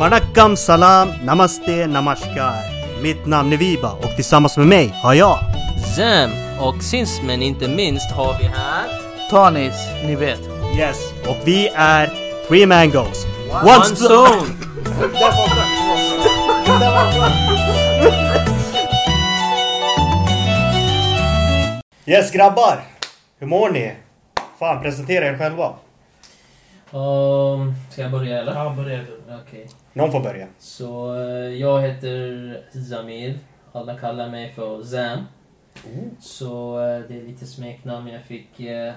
Vanakkam, salam, namaste, namaskar. Mitt namn är Viba och tillsammans med mig har jag Zem och sist men inte minst har vi här... Tanis, ni vet. Yes, och vi är Three Mangoes. One Stone! Yes grabbar! Hur mår ni? Fan, presentera er själva. Um, ska jag börja eller? Ja, börja du. Okej. Någon får börja. Så eh, jag heter Zamir. Alla kallar mig för Zam. Så eh, det är lite smeknamn jag fick eh,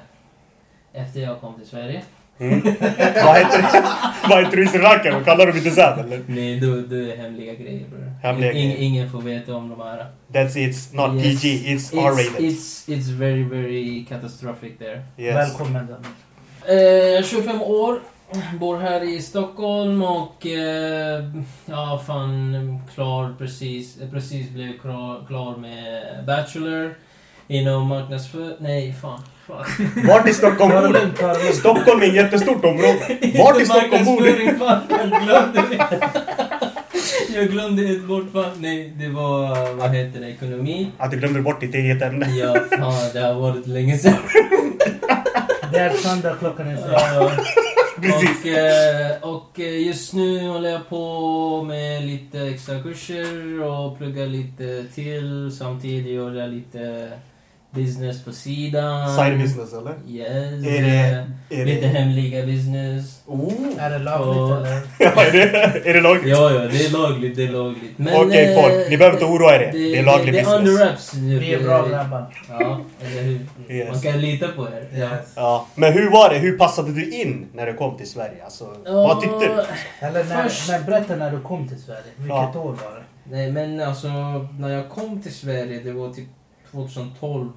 efter jag kom till Sverige. Vad heter du? Vad heter du i sin rackare? Kallar du mig inte Zab eller? Nej, du, du är hemliga grejer bror. Hemliga Ing- grejer. Ingen får veta om de här. That's it, it's not Yes. PG, it's, It's, R-rated. it's, it's very, very catastrophic there. yes. Välkommen Daniel. Eh, 25 år, bor här i Stockholm och eh, ja, fan, klar precis, eh, precis blev klar, klar med Bachelor inom marknadsför... Nej, fan. fan. Vart i Stockholm bor du? Ta det lugnt. Stockholm är ett jättestort område. Vart i Stockholm bor du? Marknadsföring, fan, jag glömde det. Jag glömde ett bort, fan. Nej, det var, vad heter det, ekonomi. Att Ah, du glömde bort ditt eget ämne. Ja, fan, det har varit länge sedan. Det är söndag, klockan är sex. Ja. Precis. Och, eh, och eh, just nu håller jag på med lite extra kurser och pluggar lite till. Samtidigt gör jag lite business på sidan. Side business eller? Yes. Är det- eh, är det- lite hemliga business. Oh. Är det lagligt Ja. eller? Ja, är, det, är det lagligt? Ja, ja, det är lagligt, det är lagligt. Men, Okej eh, folk, ni behöver inte oroa er. Det är laglig det, det är under business. wraps nu. Vi är bra grabbar. Ja, eller hur? Man Yes. kan lita på er. Ja. Yes. Ja. Men hur var det? Hur passade du in när du kom till Sverige? Alltså, vad tyckte du? Eller Först- när, men berätta när du kom till Sverige. Vilket Ja. år var det? Nej men alltså, när jag kom till Sverige, det var typ 2012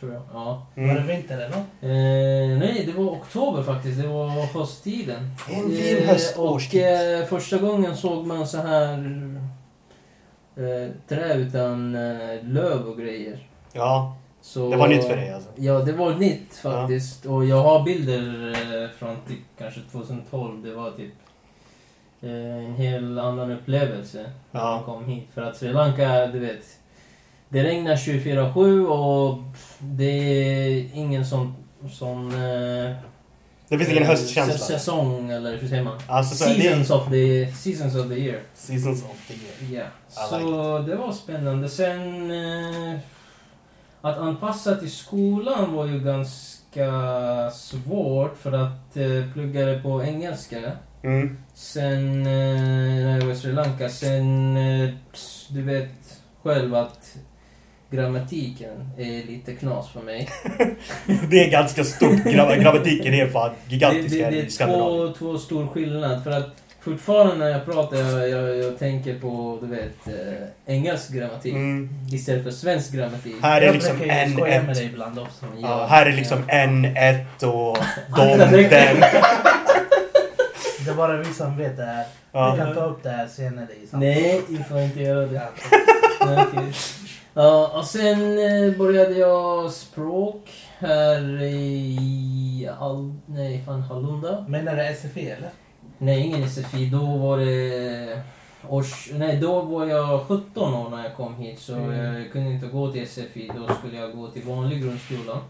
tror jag. Ja. Var Mm. det vinter eller? Eh, nej, det var oktober faktiskt. Det var hösttiden. En fin höst- och årstid. eh, första gången såg man så här eh, trä utan eh, löv och grejer. Ja, Så, det var nytt för dig alltså. Ja, det var nytt faktiskt. Och jag har bilder eh, från typ kanske 2012. Det var typ eh, en helt annan upplevelse när Ja. man kom hit. För att Sri Lanka, du vet. Det regnar 24-7 och det är ingen sån... sån eh, Det finns ingen eh, höstkänsla. sä- Säsong eller hur säger man? Alltså, så- seasons, of the, seasons of the year. Seasons of the year. Ja, I så det var spännande. Sen... Eh, att anpassa till skolan var ju ganska svårt för att eh, plugga det på engelska. Mm. Sen eh, när jag var i Sri Lanka, sen... Eh, pss, du vet själv att grammatiken är lite knas för mig. Det är ganska stort. Gra- Grammatiken är fan gigantisk det, det, här det i är Skandinavien. två, två stor skillnad. För att fortfarande när jag pratar, jag, jag, jag tänker på, du vet, eh, engelsk grammatik. Mm. Istället för svensk grammatik. Här är Jag liksom brukar ju en, skoja med ett. dig ibland också. Ja, här är liksom en, ett och dom, Akta dig. den. Det är bara vi som vet det här. Vi Ja. kan ta upp det här senare i samtalet. Nej, vi får inte göra det. Ja. Okej. Ja, och sen eh, började jag språk här i... Hall, nej, fan Hallunda. Menar du SFI eller? Nej, ingen SFI. Då var det... Års, nej, då var jag 17 år när jag kom hit så Mm. jag kunde inte gå till SFI. Då skulle jag gå till vanlig grundskola.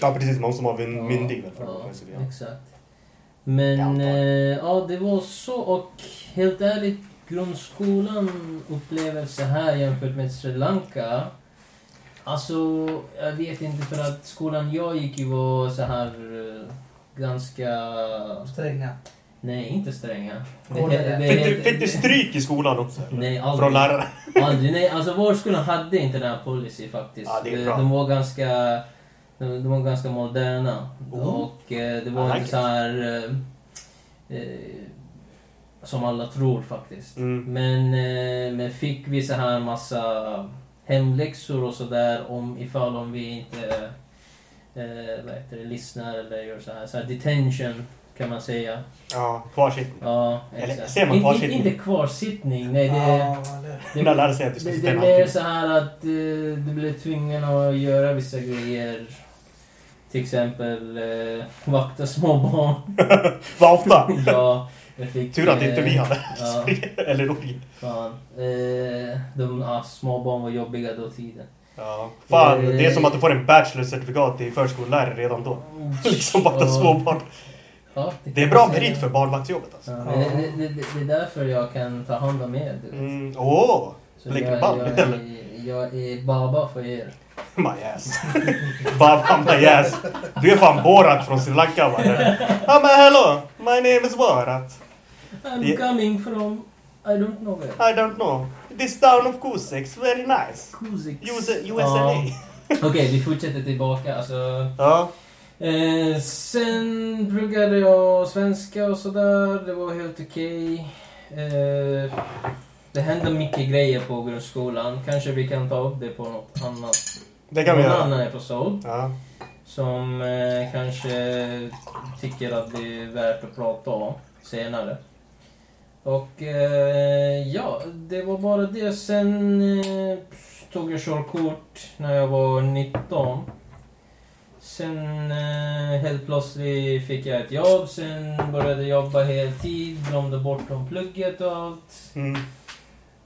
Ja precis, någon som har en myndig väl. för Ja, att ja, ja. exakt. Jag Men antar. eh, ja, det var så och helt ärligt grundskolan upplevelse här jämfört med Sri Lanka. Alltså, jag vet inte för att skolan jag gick i var så här eh, ganska... Stränga. Nej, inte stränga. Hårdare. Fick du, fick du stryk i skolan också? eller? Nej, aldrig. Från läraren? Aldrig, nej. Alltså vår skola hade inte den här policy faktiskt. Ja, det är Eh, bra. De var ganska, de, de var ganska moderna. Oh. Och eh, I det var like inte it. så här eh, eh, som alla tror faktiskt. Mm. Men, eh, men fick vi så här massa hemläxor och sådär om ifall om vi inte eh, vad heter det, lyssnar eller gör så här. Så här detention kan man säga. Ja, kvarsittning. Ja, Eller, exakt. ser man In- in- kvarsittning? Inte kvarsittning, nej det Ja, eller? Mina lärare säger att du ska det, sitta det en blir halvtimme. så här att eh, du blir tvungen att göra vissa grejer. Till exempel eh, vakta små barn. Vad ofta? ja, Jag fick, Tur att inte eh, vi hade. Ja, Eller Norge. fan. Eh, de ja, små barn var jobbiga då tiden. Ja. Fan, Eh. det är som att du får en bachelorcertifikat i förskollärare redan då. Liksom vakta Mm. Och- småbarn. Ja, Det är kan bra man säga. merit för barnvaktsjobbet alltså. Ja, men det, det, det, det är därför jag kan ta hand om er. Du. vet. Mm. Åh! Så Lägger jag, du band, jag, eller? är, jag är baba för er. My ass. Baba my ass. Du är fan Borat från Sri Lanka va? Ja men hello, my name is Borat. I'm Ja. coming from... I don't know where. I don't know. This town of Kusex, very nice. Kuzik. USA. Ja. USA. Okej, vi fortsätter tillbaka. Alltså, Ja. eh, sen pluggade jag svenska och sådär. Det var helt okej. Eh, det hände mycket grejer på grundskolan. Kanske vi kan ta upp det på något annat. Det kan vi någon göra. annan episod. Ja. Som eh, kanske tycker att det är värt att prata om senare. Och eh, ja, det var bara det. Sen eh, tog jag körkort när jag var 19. Sen eh, helt plötsligt fick jag ett jobb, sen började jag jobba heltid, glömde bort om plugget och allt. Mm.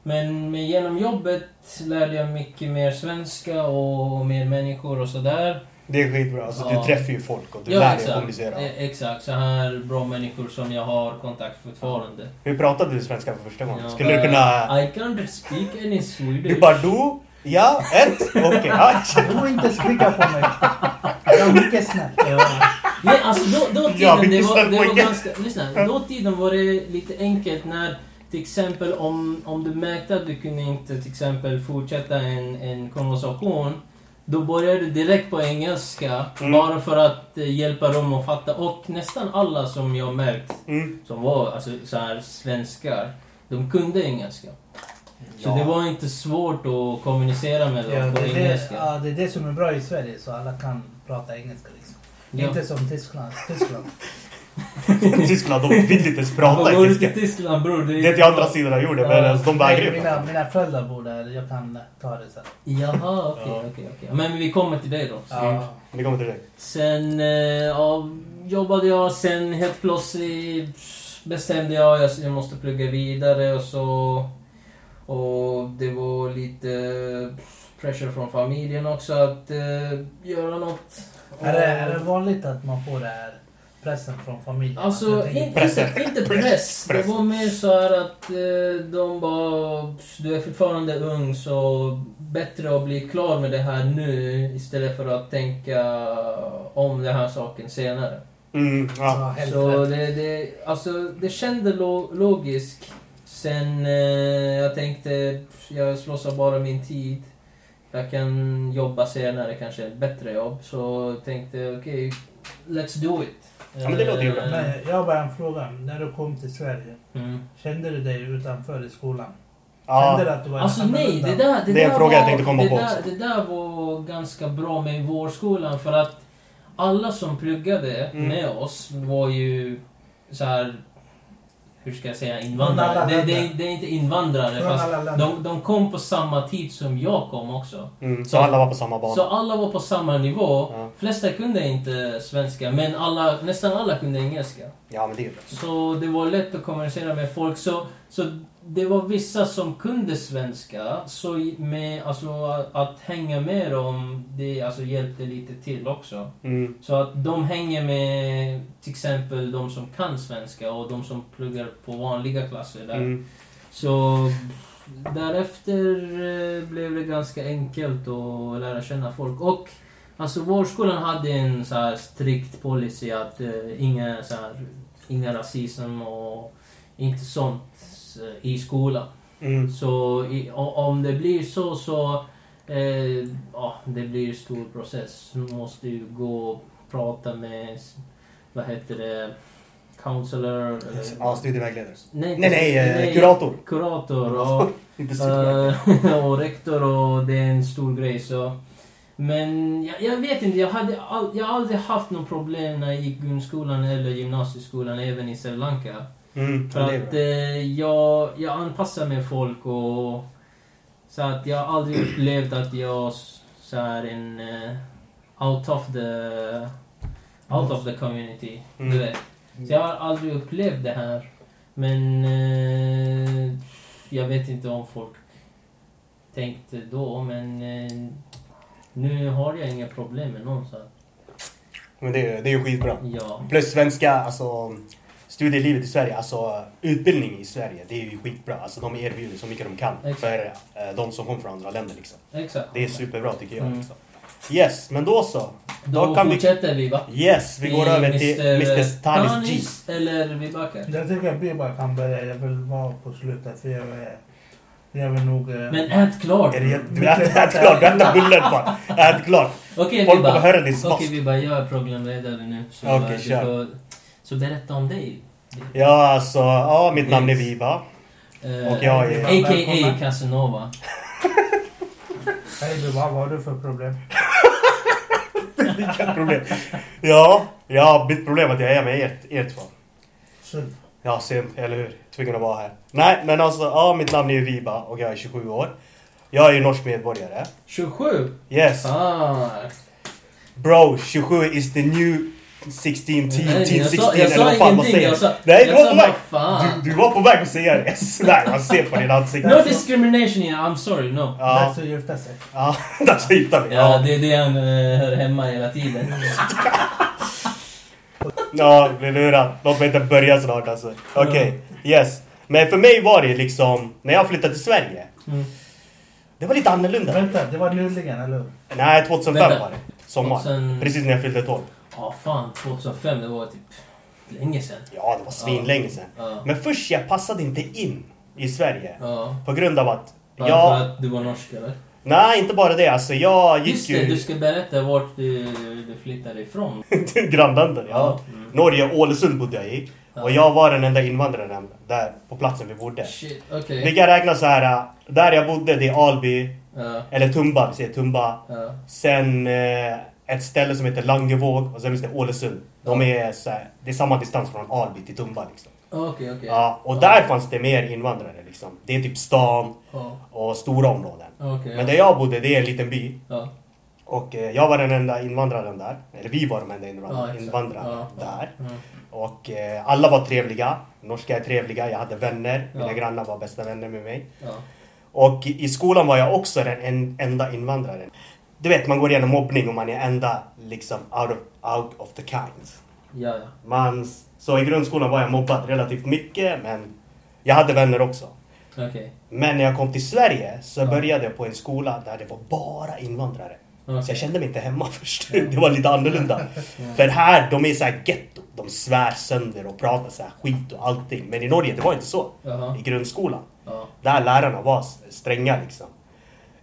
Men med- genom jobbet lärde jag mycket mer svenska och mer människor och sådär. Det är skitbra. Alltså, Ja. Du träffar ju folk och du Ja, lär dig exakt. att kommunicera. Eh, Exakt, så här bra människor som jag har kontakt fortfarande. Hur pratade du svenska för första gången? Ja, Skulle du eh, kunna... I can't speak any Du Swedish. bara du, ja, ett, okej. ja. Du får inte skrika på mig. Jag är mycket snäll. Ja. Nej, alltså då, då Ja, tiden, det vilken var, snäll det var pojke. ganska... Lyssna, då tiden var det lite enkelt när till exempel om, om du märkte att du kunde inte till exempel fortsätta en, en konversation då började du direkt på engelska Mm. bara för att eh, hjälpa dem att fatta. Och nästan alla som jag märkt Mm. som var alltså, så här, svenskar, de kunde engelska. Så Ja. det var inte svårt att kommunicera med dem Ja, på det, är det, engelska. ja, det är det som är bra i Sverige, så alla kan prata engelska. Liksom. Ja. Inte som Tyskland. Tyskland. Tyskland, de vill inte ens prata Och går du engelska. till Tyskland bror, det Det är till andra sidan av jorden, men Ja. alltså, de Nej, vägrar ju. mina, mina föräldrar bor där, jag kan ta det sen. Jaha, okej, Ja. okej, okej. Men vi kommer till det då. Så. Mm. Ja. Vi kommer till dig. Sen eh, ja, jobbade jag, sen helt plötsligt bestämde jag att jag måste plugga vidare och så... Och det var lite pressure från familjen också att eh, göra något. Är, det, är det vanligt att man får den här pressen från familjen? Att Alltså, jag in, tänker- inte, inte press. Det Press. var mer så här att eh, de bara... Du är fortfarande ung, så bättre att bli klar med det här nu istället för att tänka om den här saken senare. Mm, ja. Ja, helt Så rätt. det, det, alltså, det kändes lo- logiskt. Sen eh, jag tänkte, jag slösar bara min tid. Jag kan jobba senare, kanske ett bättre jobb. Så jag tänkte, okej, let's do it. Ja, men det låter ju bra. Eh, Nej, jag har bara en fråga. När du kom till Sverige, Mm. kände du dig utanför i skolan? ja. Kände du att du var Alltså nej, det annorlunda? där... Det är en där fråga jag var- tänkte komma det på Där, också. det där var ganska bra med vårskolan för att alla som pluggade Mm. med oss var ju så här... Hur ska jag säga? Från Invandrare. alla Det, det, länder. det är inte invandrare, Från fast alla länder. de, de kom på samma tid som jag kom också. Mm, så alla var på samma Så bana. alla var på samma nivå. Ja. Flesta kunde inte svenska, men alla, nästan alla kunde engelska. Ja, men det är ju bra. Så det var lätt att kommunicera med folk. Så, så det var vissa som kunde svenska, så i- med, alltså, att, att hänga med dem, det alltså, hjälpte lite till också. Mm. Så att de hänger med till exempel de som kan svenska och de som pluggar på vanliga klasser där. Mm. Så därefter eh, blev det ganska enkelt att lära känna folk. Och alltså vårdskolan hade en så här strikt policy att eh, inga, så här, inga rasism och inte sånt eh, i skolan. Mm. Så i, o- om det blir så så eh, ja, det blir en stor process. Man måste ju gå och prata med s- vad heter det, counselor eller... Ja, studievägledare. Nej, Nej, nej, eh, kurator. Kurator och, Inte studievägledare. eh, och rektor och det är en stor grej så. Men jag, jag vet inte, jag, hade all, jag har aldrig haft något problem när jag gick grundskolan eller gymnasieskolan, även i Sri Lanka. Mm, För ja, det är att bra. eh, jag, jag anpassar mig folk och... Så att jag har aldrig upplevt att jag s- så här en... eh, out of the... Out of the community. Mm. Du vet. Så jag har aldrig upplevt det här. Men eh, jag vet inte om folk tänkte då, men eh, nu har jag inga problem med någon. Så att, Men det, det är ju skitbra. ja. Plus svenska, alltså studielivet i Sverige, alltså utbildning i Sverige, det är ju skitbra. Alltså de erbjuder så mycket de kan Exakt. för eh, de som kommer från andra länder liksom. Exakt. Det är superbra tycker jag. Mm. Liksom. Yes, men då så. Då, Då kan vi... fortsätter vi, va? Yes, vi går över till Mr. Tanis G. Tanis eh, eller vi backar. Jag tycker att vi bara kan börja. Jag vill vara på slutet för jag är... Jag vill nog... eh, Men ät klart! Är det- Du Mycket- ät klart, du äter bullen fan. Ät klart. Okej Folk Vibba, kommer höra din smask. Okej Vibba, jag är programledare nu. Så, Okej, du kör. får, så berätta om dig. Ja, alltså, ja, mitt namn är Viva. Eh, Och jag är- A.k.a. Välkomna. Casanova. Hej du, vad har du för problem? Vilka problem. Ja, ja, mitt problem är att jag är med er, er två. Så, Ja, synd, eller hur? Tvungen att vara här. Nej, men alltså, ja, mitt namn är ju Viva och jag är 27 år. Jag är ju norsk medborgare. 27! Yes. Fan! Bro, 27 is the new 16, 10, Nej, 10, jag 16 sa- jag eller sa vad fan man ingenting, säger. jag sa- Nej, du jag var sa på bara väg. fan. Du, du var på väg att säga det. Nej, man ser på din ansikte. No discrimination here, I'm sorry, no. Ja, Dags att gifta sig. ja, där hittar vi. Ja, det är det han eh, hör hemma hela tiden. Ja, blir lurad. Låt mig inte börja snart alltså. Okej, yes. Men för mig var det liksom, när jag flyttade till Sverige. Mm. Det var lite annorlunda. Vänta, det var nyligen, eller hur? Nej, 2005 Vänta. var det. Sommar. 2000. Precis när jag fyllde 12. Ja, fan. 2005, det var typ länge sedan. Ja, det var svinlänge sedan. Ja. Men först, jag passade inte in i Sverige. Ja. På grund av att Bara jag... för att du var norsk, eller? Nej, inte bara det. Alltså, jag gick Just det, du ju... ska berätta vart du, du flyttade ifrån. till grannländer, ja. Mm. Norge, Ålesund bodde jag i. Och jag var den enda invandraren där, på platsen vi bodde. Shit, okej. Vi kan räkna så här. äh, Där jag bodde, det är Alby, Ja, eller Tumba, vi säger Tumba. ja. Sen eh, ett ställe som heter Langevåg och sen finns det Ålesund. De är så här, det är samma distans från Alby till Tumba liksom. Okej, okej. Ja, och där fanns det mer invandrare liksom. Det är typ stan Ja, och stora områden. Okej. Men där jag bodde, det är en liten by. Ja. Och eh, jag var den enda invandraren där. Eller vi var de enda Ja, invandra- exakt. invandrarna Ja, ja. där. Mm. Och eh, alla var trevliga. Norska är trevliga. Jag hade vänner. Mina Ja. grannar var bästa vänner med mig. Ja. Och i i skolan var jag också den en, enda invandraren. Du vet, man går igenom mobbning och man är enda liksom out of, out of the kind. Ja, ja. Man, så i grundskolan var jag mobbad relativt mycket, men jag hade vänner också. Okej. Men när jag kom till Sverige så Ja. började jag på en skola där det var bara invandrare. Okej. Så jag kände mig inte hemma först. Det var lite annorlunda. För här, de är så här getto. De svär sönder och pratar så här skit och allting. Men i Norge, det var inte så. Jaha. I grundskolan. Ja. Där lärarna var s- stränga liksom.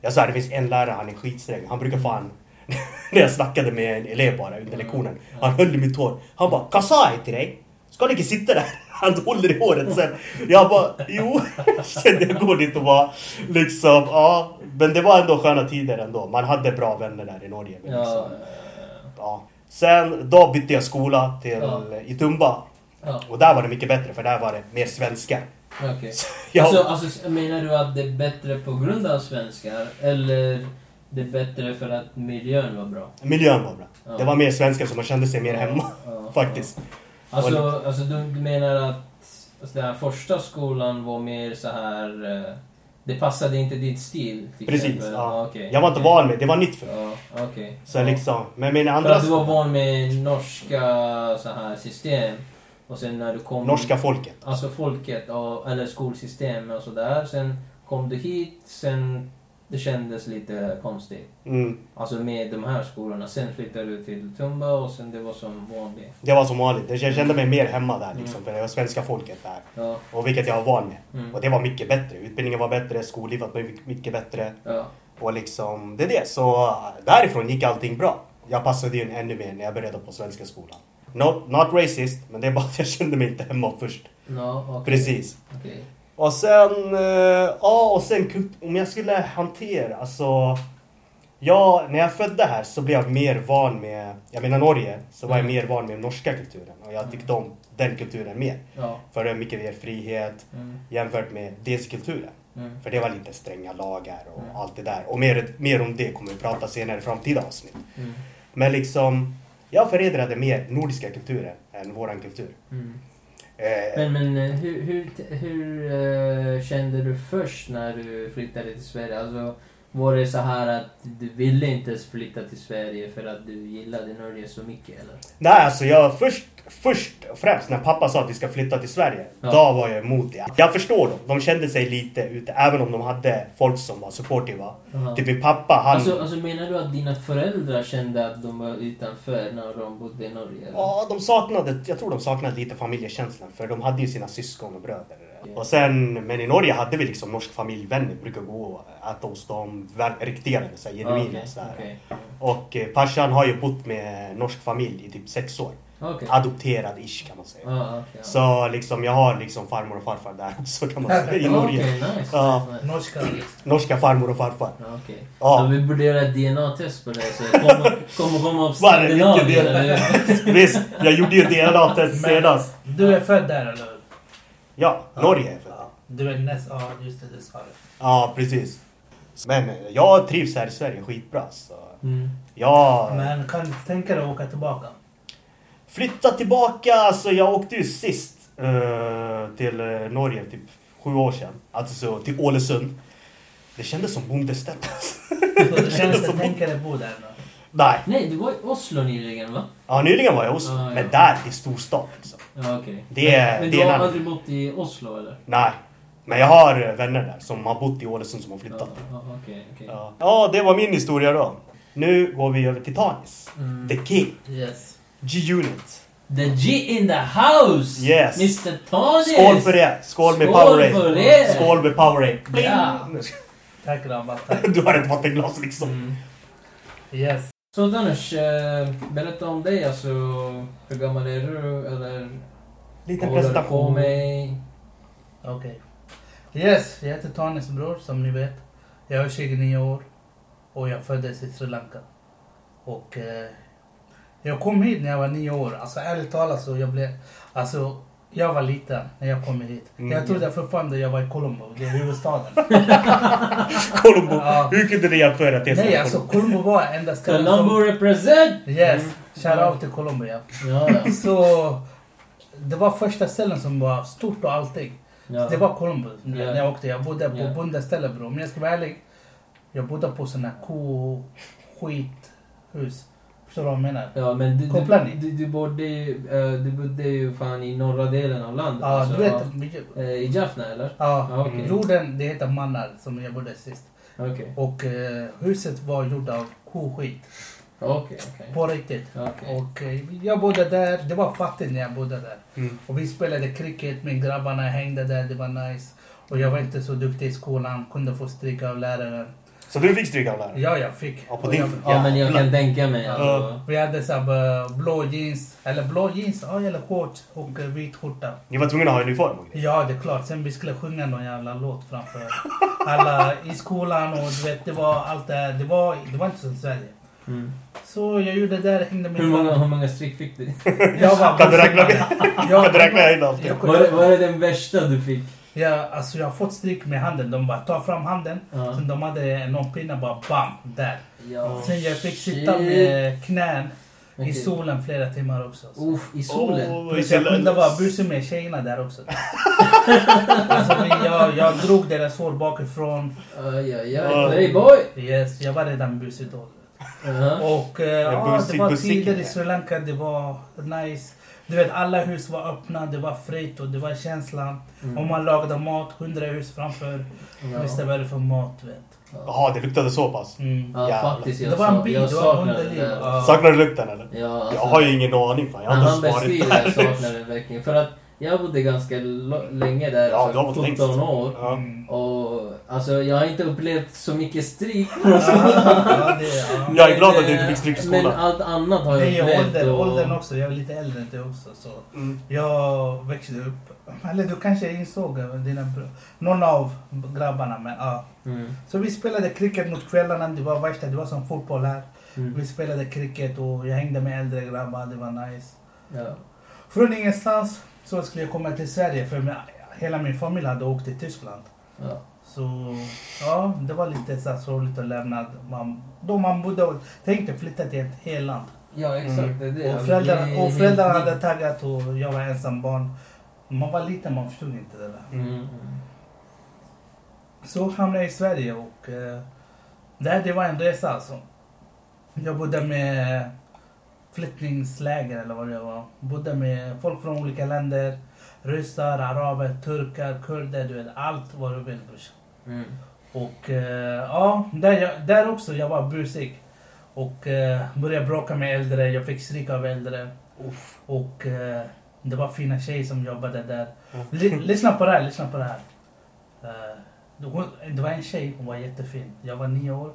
Jag sa det finns en lärare, han är skitsträng. Han brukar fan... när jag snackade med en elev bara Mm. under lektionen. Han höll i mitt hår. Han bara “Kasa är till dig! Ska du inte sitta där?” Han håller i håret sen. Jag bara “Jo”. sen jag går dit och bara liksom ja. Men det var ändå sköna tider ändå. Man hade bra vänner där i Norge. men Liksom. Ja. eh, Ja. Sen då bytte jag skola till Ja. i Tumba. Ja. Och där var det mycket bättre för där var det mer svenska. Okej. Jag- Alltså, alltså, menar du att det är bättre på grund av svenskar? Eller det är bättre för att miljön var bra? Miljön var bra. Ja. Det var mer svenskar så man kände sig mer hemma. Ja, Faktiskt. Alltså, alltså du du menar att alltså, den här första skolan var mer så här... eh, Det passade inte din stil? till Precis. exempel? Ah, Ja. okej. Jag var inte Okej. van med det. var nytt för mig. Ja, okej. Så Ja. liksom, men mina För andra... att du var van med norska så här system. Och sen när du kom... Norska folket. Alltså folket, och, eller skolsystem och sådär. Sen kom du hit, sen det kändes lite konstigt. Mm. Alltså med de här skolorna. Sen flyttade du till Tumba och sen det var som vanligt. Det var som vanligt. Jag kände Mm. mig mer hemma där liksom. För det var svenska folket där. Ja, Och vilket jag var van med. Mm. Och det var mycket bättre. Utbildningen var bättre, skollivet var mycket- mycket bättre. ja, Och liksom, det är det. Så äh, därifrån gick allting bra. Jag passade in ännu mer när jag började på svenska skolan. Not, not racist, men det är bara att jag kände mig inte hemma först. no, okej. Precis. Okej. Och sen, eh, ja och sen kult- om jag skulle hantera, alltså. Ja, när jag födde här så blev jag mer van med, jag menar Norge, så var jag mer van med norska kulturen. Och jag tyckte om den kulturen mer. Ja. För det är mycket mer frihet Mm, jämfört med DC-kulturen. mm, För det var lite stränga lagar och allt det där. Och mer, mer om det kommer vi prata senare i framtida avsnitt. mm, Men liksom, jag föredrade mer nordiska kulturen än våran kultur. mm. Eh, Men, men eh, hur, hur, hur eh, kände du först när du flyttade till Sverige? Alltså, var det så här att du ville inte ens flytta till Sverige för att du gillade Norge så mycket eller? Nej, alltså jag först, först och främst när pappa sa att vi ska flytta till Sverige, Ja. då var jag emot det. Jag förstår dem. De kände sig lite ute, även om de hade folk som var supportiva. Aha. Typ min pappa, han... Alltså, alltså menar du att dina föräldrar kände att de var utanför när de bodde i Norge? eller? Ja, de saknade, jag tror de saknade lite familjekänslan för de hade ju sina syskon och bröder. Och sen, men i Norge hade vi liksom norsk familj, vänner brukar gå och äta hos dem, ver- riktiga vänner, så här, Ja, genuina. okej, Så här. okej. Och eh, farsan har ju bott med norsk familj i typ sex år. Okej. Adopterad-ish kan man säga. Ja, okej, ja. Så liksom, jag har liksom farmor och farfar där också kan man säga i Ja, Norge. Okej, nice. Ja. nice, nice. Norska. Norska farmor och farfar. Ja, okej. Ja. Så vi borde göra ett DNA-test på det så jag kommer, kommer komma upp Vad är det, vilken skandinavier. del? eller hur? Visst, jag gjorde ju DNA-test Men- senast. Du är född där eller hur? Ja, Norge. Ja. Du är näst... Ja, just det, det sa du. Ja, precis. Men eh, jag trivs här i Sverige skitbra. Så Mm. jag Men kan du tänka dig att åka tillbaka? flytta tillbaka. Alltså, jag åkte ju sist eh, till eh, Norge typ sju år sedan. Alltså till Ålesund. Det kändes som bondeställe. Så du kan inte tänka dig bo där nu? Nej, Nej, du var i Oslo nyligen va? ja, nyligen var jag i Oslo. Ja, ja. Men där, det är storstad. Liksom. Ja, okej. Det är... Men det du är har en annan- aldrig bott i Oslo eller? Nej. Men jag har eh, vänner där som har bott i Ålesund som har Ja, flyttat. ja, okej, okej. Ja. ja, det var min historia då. Nu går vi över till Tanis. Mm. The King. Yes. G-Unit. The G in the house! Yes. Mr Tonis! Skål för det! Skål med Skål för Powerade! det! Skål med Powerade! Bling! Ja. Tack grabbar, tack. Du har ett vattenglas liksom. Mm. Yes. Så Danush, eh, berätta om dig alltså. Hur gammal är du? Eller Liten vad håller du på presentation. med? Okej. Yes, jag heter Tanis bror som ni vet. Jag är 29 år och jag föddes i Sri Lanka. Och eh, jag kom hit när jag var 9 år. Alltså ärligt talat så jag blev... Alltså jag var liten när jag kom hit. Mm. Jag trodde fortfarande jag var i Colombo, det är huvudstaden. Colombo. Ja. Hur kunde ni jämföra det Nej som alltså Colombo? Colombo var enda stället Colombo represent! Mm. Yes, shoutout till Colombo ja. Ja, ja. Så det var första ställen som var stort och allting. ja. Det var Colombo Ja. när jag åkte. Jag bodde på Ja. bondeställe bror. Om jag ska vara ärlig. Jag bodde på såna ko skithus. Förstår du vad jag menar? Ja, men du, Kopplar du, ni? du, du, bodde ju, eh, du bodde ju fan i norra delen av landet. alltså, Ja, du vet. ja. Eh, I Jaffna eller? Ja, Mm. Ja, okej. jorden det heter Mannar som jag bodde sist. Okej. Och eh, huset var gjort av koskit. Okej, okej. På riktigt. Okej. Och eh, jag bodde där. Det var fattigt när jag bodde där. Mm. Och vi spelade cricket med grabbarna, hängde där, det var nice. Och jag var inte så duktig i skolan, kunde få stryk av läraren. Så du fick stryka av läraren? Ja, jag fick. Ja, på din... Ja, men jag kan tänka mig. Ja. Alltså. Vi hade så här, eh, blå jeans, eller blå jeans, ja, eller shorts och eh, vit skjorta. Ni var tvungna att ha uniform och grejer. Ja, det är klart. Sen vi skulle sjunga någon jävla låt framför alla i skolan och du vet, det var allt det här. Det var, det var inte som Sverige. Mm. Så jag gjorde det där, hängde med Hur många, hur många stryk fick du? Jag var Kan du räkna med? Jag- Kan du räkna med hela allting? Var det, var det den värsta du fick? Ja, alltså jag har fått stryk med handen. De bara tar fram handen. Ja. Sen de hade någon pinne bara bam, där. Ja. Sen jag fick shit. sitta med knän i Okej. solen flera timmar också. Så. Uff, i solen? Åh, Plus jag kunde vara busig med tjejerna där också. alltså, vi- jag, jag drog deras hår bakifrån. Aj, aj, Ja. aj. Playboy! Yes, jag var redan busig då. Aha. Och eh, Men ja, busig- det var busig tider kille. i Sri Lanka, det var nice. Du vet, alla hus var öppna, det var fritt och det var känslan. Mm. Om man lagade mat, hundra hus framför. Visst Ja. vad det är för mat, du vet. Jaha, det luktade så pass. Mm. Ja, Jävlar. faktiskt. Jag, Det var en sa- bil, jag det var saknade underliv. det. där. Ja. Saknar du lukten eller? Ja, alltså, Jag har ju ingen aning fan. Jag har När inte ens han varit beskriver det där. saknar den verkligen. För att jag bodde ganska lo- länge Ja, där, du har alltså varit längst. 17 år. Ja. Mm. Och alltså jag har inte upplevt så mycket stryk. från skolan. Ja, det, ja. Jag är glad att du inte fick stryk i Men skolan. allt annat har Det är jag ju upplevt. åldern, och- åldern också. Jag är lite äldre än du också. Så Mm. jag växte upp. Eller du kanske insåg eh, dina br- någon av grabbarna. Men, ja. Mm, Så vi spelade cricket mot kvällarna. Det var värsta, det var som fotboll här. mm, Vi spelade cricket och jag hängde med äldre grabbar. Det var nice. ja. Från ingenstans så skulle jag komma till Sverige. För min- hela min familj hade åkt till Tyskland. Ja. Så ja, det var lite så här sorgligt att lämna. Man, då man bodde, tänkte flytta till ett helt land. ja, exakt. Det Mm, är det. Mm. Och föräldrarna, Det är och föräldrarna helt hade taggat och jag var ensam barn. Man var liten, man förstod inte det där. Mm. Så hamnade jag i Sverige och eh, det här det var en resa alltså. Jag bodde med flyktingsläger eller vad det var. Bodde med folk från olika länder. Ryssar, araber, turkar, kurder, du vet allt vad du vill brorsan. Mm. Och eh, ja, där, jag, där också jag var busig. Och eh, började bråka med äldre, jag fick stryk av äldre. Och eh, det var fina tjejer som jobbade där. L- lyssna på det här, lyssna på det här. Eh, hon, det var en tjej, hon var jättefin. Jag var nio år.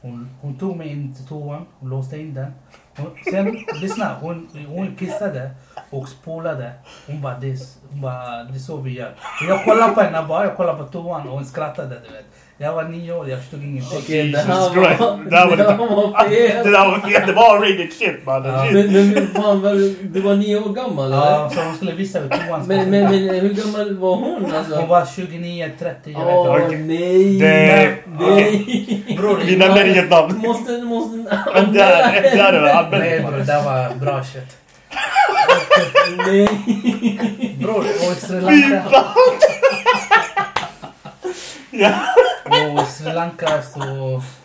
Hon, hon tog mig in till toan, hon låste in den. Hon, sen, lyssna, hon, hon kissade och spolade. Hon bara, det, är s- hon bara, det är så vi gör. Och jag kollade på henne bara, jag kollade på toan och hon skrattade. Du vet. Jag var nio år, jag förstod ingenting. Okej, det Jesus här Christ. var... Det här var lite- var Det fel! där var fel, Mm. det var rated shit mannen. Shit. Men, men hur fan var du... Du var nio år gammal Ja, eller? så hon skulle visa hur toan Men, men, men hur gammal var hon Hon alltså? var 29, 30, jag vet Åh inte. Okej. nej! Det- Nej! Bror, Vi nämner inget Du namn. måste... Du måste... Det där, det där är Nej användbart. bror, det var bra shit. Nej! Bror, och i Fy Sri Lanka, fan! Ja. och i Sri Lanka så...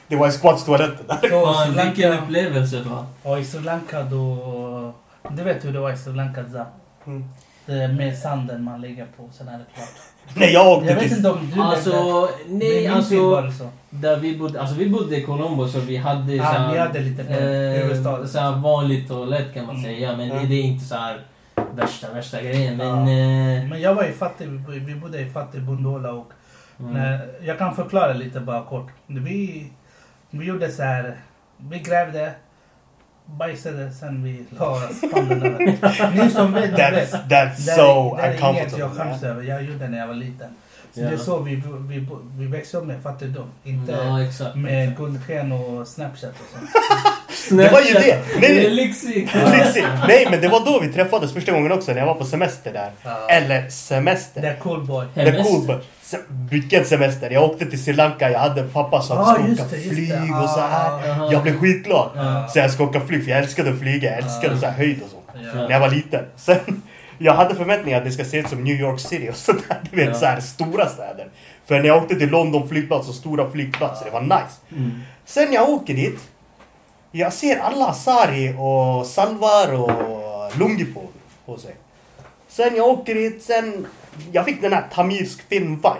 Det var en squatstoalett där. så i Fan, Sri vilken Lanka, upplevelse va? och i Sri Lanka då... Du vet hur det var i Sri Lanka Zah. Mm. Det är Med sanden man lägger på, sen är det klart. Nej jag Jag åkte vet till... inte om du lägger... Alltså, Det är nej min tid var alltså... det så. Där vi bodde, alltså vi bodde i Colombo så vi hade Ja, såhär, ni hade lite mer huvudstad. så här vanlig toalett kan man säga. Men Ja. det är inte så här värsta, värsta grejen. Men... Ja. eh, Men jag var ju fattig, vi bo- vi bodde i fattig Bondola och mm. Nej, jag kan förklara lite bara kort. Vi, vi gjorde så här. Vi grävde, bajsade, sen vi la spandarna. Ni som vet, ni vet. That's, that's Det är- so det är inget jag skäms uncomfortable. över. Jag gjorde när jag var liten. Så Ja. Det är så vi, vi, bo- vi växte upp med fattigdom. Inte Ja, exakt. med guldsken och snapchat och sånt. Det var ju det! Nej, Det är nej. lyxigt! Precis. Nej men det var då vi träffades första gången också när jag var på semester där. Ja. Eller semester. Det är cool boy. Det är cool. Se- Vilken semester! Jag åkte till Sri Lanka, jag hade en pappa som Ah, skulle just åka det, just flyg det. och så här. Ah. Jag blev skitglad. Ja. Så jag ska åka flyg, för jag älskade att flyga. Jag älskade Ah. så här höjd och så. Ja. När jag var liten. Sen, jag hade förväntningar att det ska se ut som New York City och sådär. Du vet, Ja. så här stora städer. För när jag åkte till London flygplats och stora flygplatser, det var nice. Mm. Sen jag åker dit, jag ser alla Asari och Salvar och Lungipo på sig. Sen jag åker dit, sen... Jag fick den här tamilsk filmvibe.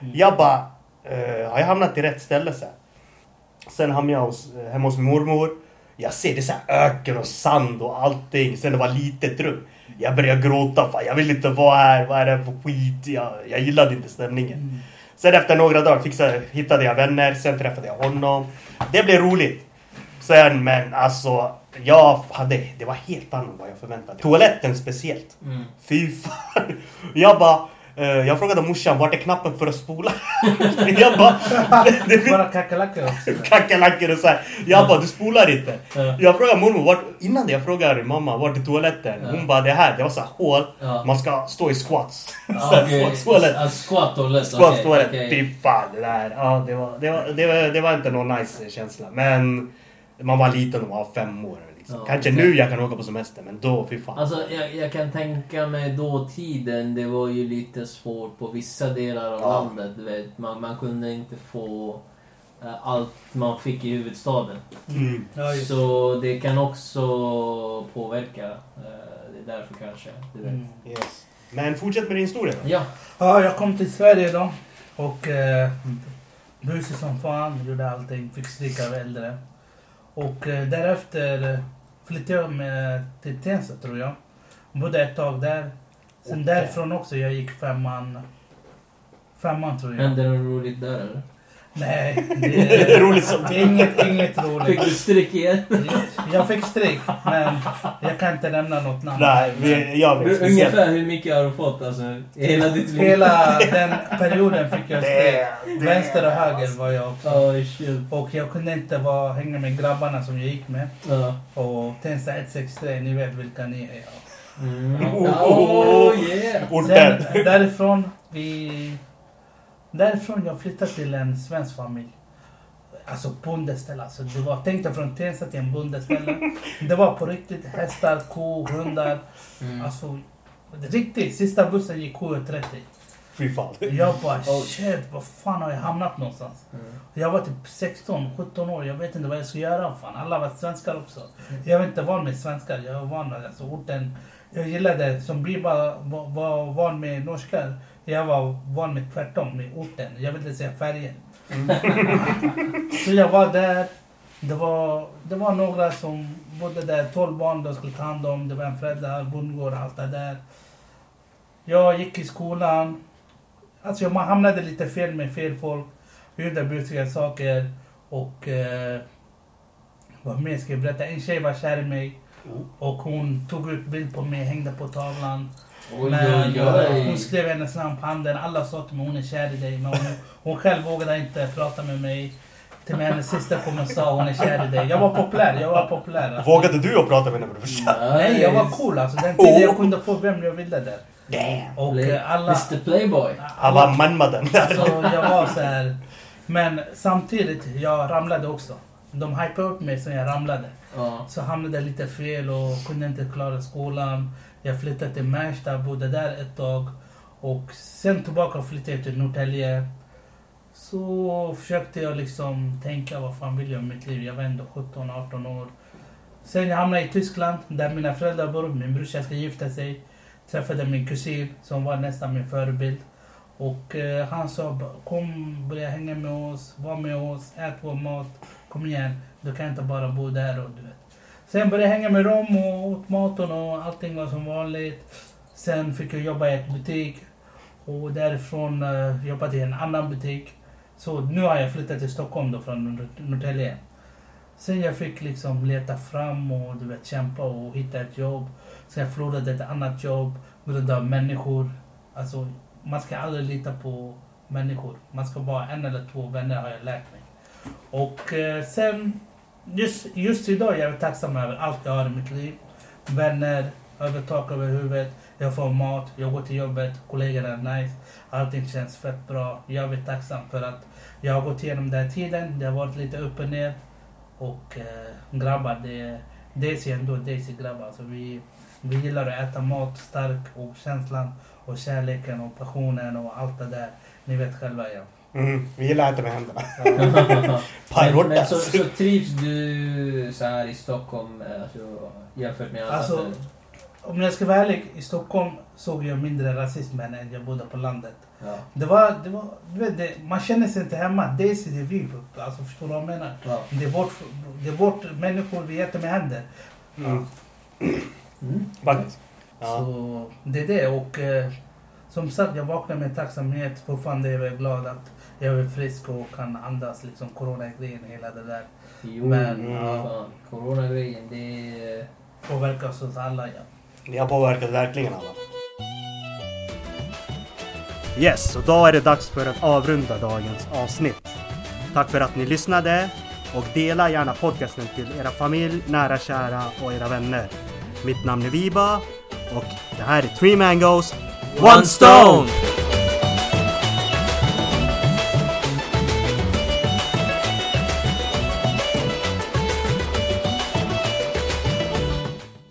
Mm. Jag bara, eh, har jag hamnat i rätt ställe sen? Sen hamnade jag hos, eh, hemma hos min mormor. Jag ser det så här öken och sand och allting. Sen det var litet rum. Jag började gråta. Fan, jag vill inte vara här. Vad är det här för skit? Jag, jag gillade inte stämningen. Sen efter några dagar fixade, hittade jag vänner. Sen träffade jag honom. Det blev roligt. Sen men alltså. Jag hade, det var helt annorlunda än vad jag förväntade. Toaletten speciellt. Mm. Fy fan. Jag bara. eh, jag frågade morsan, vart är knappen för att spola? jag bara. Det, det, Bara kackerlackor också. kackerlackor och så här. Jag bara, du spolar inte. Ja. Jag frågar mormor, vart, innan det jag frågar mamma, vart är toaletten? Ja. Hon bara, det här, det var så här hål. Ja. Man ska stå i squats. så Ah, här, okej. Squats-toalett. Ah, Squat-toalett. Squats-toalett. okej, okej. Fy fan, det där. Ja, det, var, det, var, det, var, det var inte någon nice känsla. Men man var liten och man var fem år. Liksom. Ja, Kanske exakt. nu jag kan åka på semester, men då, fy fan. Alltså, jag, jag kan tänka mig dåtiden, det var ju lite svårt på vissa delar av Ja. landet. Du vet. Man, man kunde inte få eh, allt man fick i huvudstaden. Mm. Ja, just. Så det kan också påverka. eh, Det är därför kanske. Du vet. Mm. Yes. Men fortsätt med din historia. då. Ja. Ja, jag kom till Sverige då och eh, busig som fan, gjorde allting, fick stryk av äldre. Och eh, därefter flyttade jag med till Tensta tror jag. Bodde ett tag där. Sen Okej. därifrån också, jag gick femman. Femman tror jag. Hände det något roligt där eller? Nej, Det är det, roligt som... det är inget, inget Fick roligt. du stryk igen? Jag fick stryk, men jag kan inte nämna något namn. Nej, vi, jag vet. speciellt. Ungefär hur mycket har du fått alltså? I hela ditt liv? Hela den perioden fick Det jag stryk. är- det är- Vänster och höger var jag också. Oh, shit. Och jag kunde inte vara, hänga med grabbarna som jag gick med. Ja. Och Tensta 163, ni vet vilka ni är. ja. Mm. Oh. Oh, yeah. Orten. Sen, därifrån, vi... Därifrån jag flyttade till en svensk familj. Alltså bondeställe. Alltså, det var, tänk dig från Tensta till en bondeställe. Det var på riktigt hästar, ko, hundar. Mm. Alltså, Riktigt, sista bussen gick 7.30. Fy fan. Jag bara Oh. shit, vad fan har jag hamnat någonstans? Mm. Jag var typ 16, 17 år. Jag vet inte vad jag ska göra. Fan. Alla var svenskar också. Jag var inte van med svenskar. Jag var van med alltså, orten. Jag gillade, som Biba var, var van med norskar. Jag var van med tvärtom, med orten. Jag ville säga färgen. Så jag var där. Det var, det var några som bodde där, 12 barn de skulle ta hand om. Det var en förälder, bondgård, allt det där. Jag gick i skolan. Alltså jag hamnade lite fel med fel folk. Jag gjorde busiga saker och eh, vad mer ska jag berätta? En tjej var kär i mig Oh. och hon tog ut bild på mig, hängde på tavlan. Oj, Men, oj, eh, Hon oj. skrev hennes namn på handen. Alla sa till mig hon är kär i dig. Men hon, hon själv vågade inte prata med mig. Till och med hennes syster kom och sa hon är kär i dig. Jag var populär, jag var populär. Alltså. Vågade du att prata med henne brorsan? Nej, jag var cool alltså. Den tiden jag kunde få vem jag ville där. Damn! Och Play- eh, alla... Mr Playboy. Han var manmaden där. Så jag var så här. Men samtidigt, jag ramlade också. De hypade upp mig så jag ramlade. Ja. Så hamnade jag lite fel och kunde inte klara skolan. Jag flyttade till Märsta, bodde där ett tag. Och sen tillbaka flyttade jag till Norrtälje. Så försökte jag liksom tänka vad fan vill jag med mitt liv? Jag var ändå 17-18 år. Sen jag hamnade i Tyskland där mina föräldrar bor. Min brorsa ska gifta sig. Träffade min kusin som var nästan min förebild. Och eh, han sa kom börja hänga med oss, var med oss, ät vår mat. Kom igen, du kan inte bara bo där och du vet. Sen började jag hänga med dem och åt maten och allting var som vanligt. Sen fick jag jobba i ett butik och därifrån eh, jobbade jag i en annan butik. Så nu har jag flyttat till Stockholm då från Nor- Norrtälje. Sen jag fick liksom leta fram och du vet, kämpa och hitta ett jobb. Sen jag förlorade ett annat jobb på grund av människor. Alltså, man ska aldrig lita på människor. Man ska bara ha en eller två vänner har jag lärt mig. Och eh, sen, just, just idag är jag tacksam över allt jag har i mitt liv. Vänner, över tak över huvudet, jag får mat, jag går till jobbet, kollegorna är nice. Allting känns fett bra. Jag är tacksam för att jag har gått igenom den här tiden. Det har varit lite upp och ner. Och eh, grabbar, det, Daisy är ändå Daisy grabbar. Så vi, vi gillar att äta mat stark och känslan och kärleken och passionen och allt det där. Ni vet själva ja. Mm, vi gillar att äta med händerna. alltså. men, men Pajrortas. så, så trivs du så här i Stockholm alltså, jämfört med andra Alltså, ställen? Om jag ska vara ärlig, i Stockholm såg jag mindre rasism än när jag bodde på landet. Ja. Det var, det var, du vet, det, man känner sig inte hemma. Daisy, det är vi. Alltså, förstår du vad jag menar? Ja. Det är vårt, det är vårt människor vi äter med händer. Mm, Mm. faktiskt. Ja. Så det är det. Och eh, som sagt, jag vaknar med tacksamhet. Fortfarande är jag glad att jag är frisk och kan andas. Liksom coronagrejen och hela det där Jo, Men, ja. ja. fan. Corona-grejen, det är... påverkar oss alla. Ja. Ni har påverkat verkligen alla. Yes, och då är det dags för att avrunda dagens avsnitt. Tack för att ni lyssnade och dela gärna podcasten till era familj, nära kära och era vänner. Mitt namn är Viba och det här är Three Mangoes, One Stone!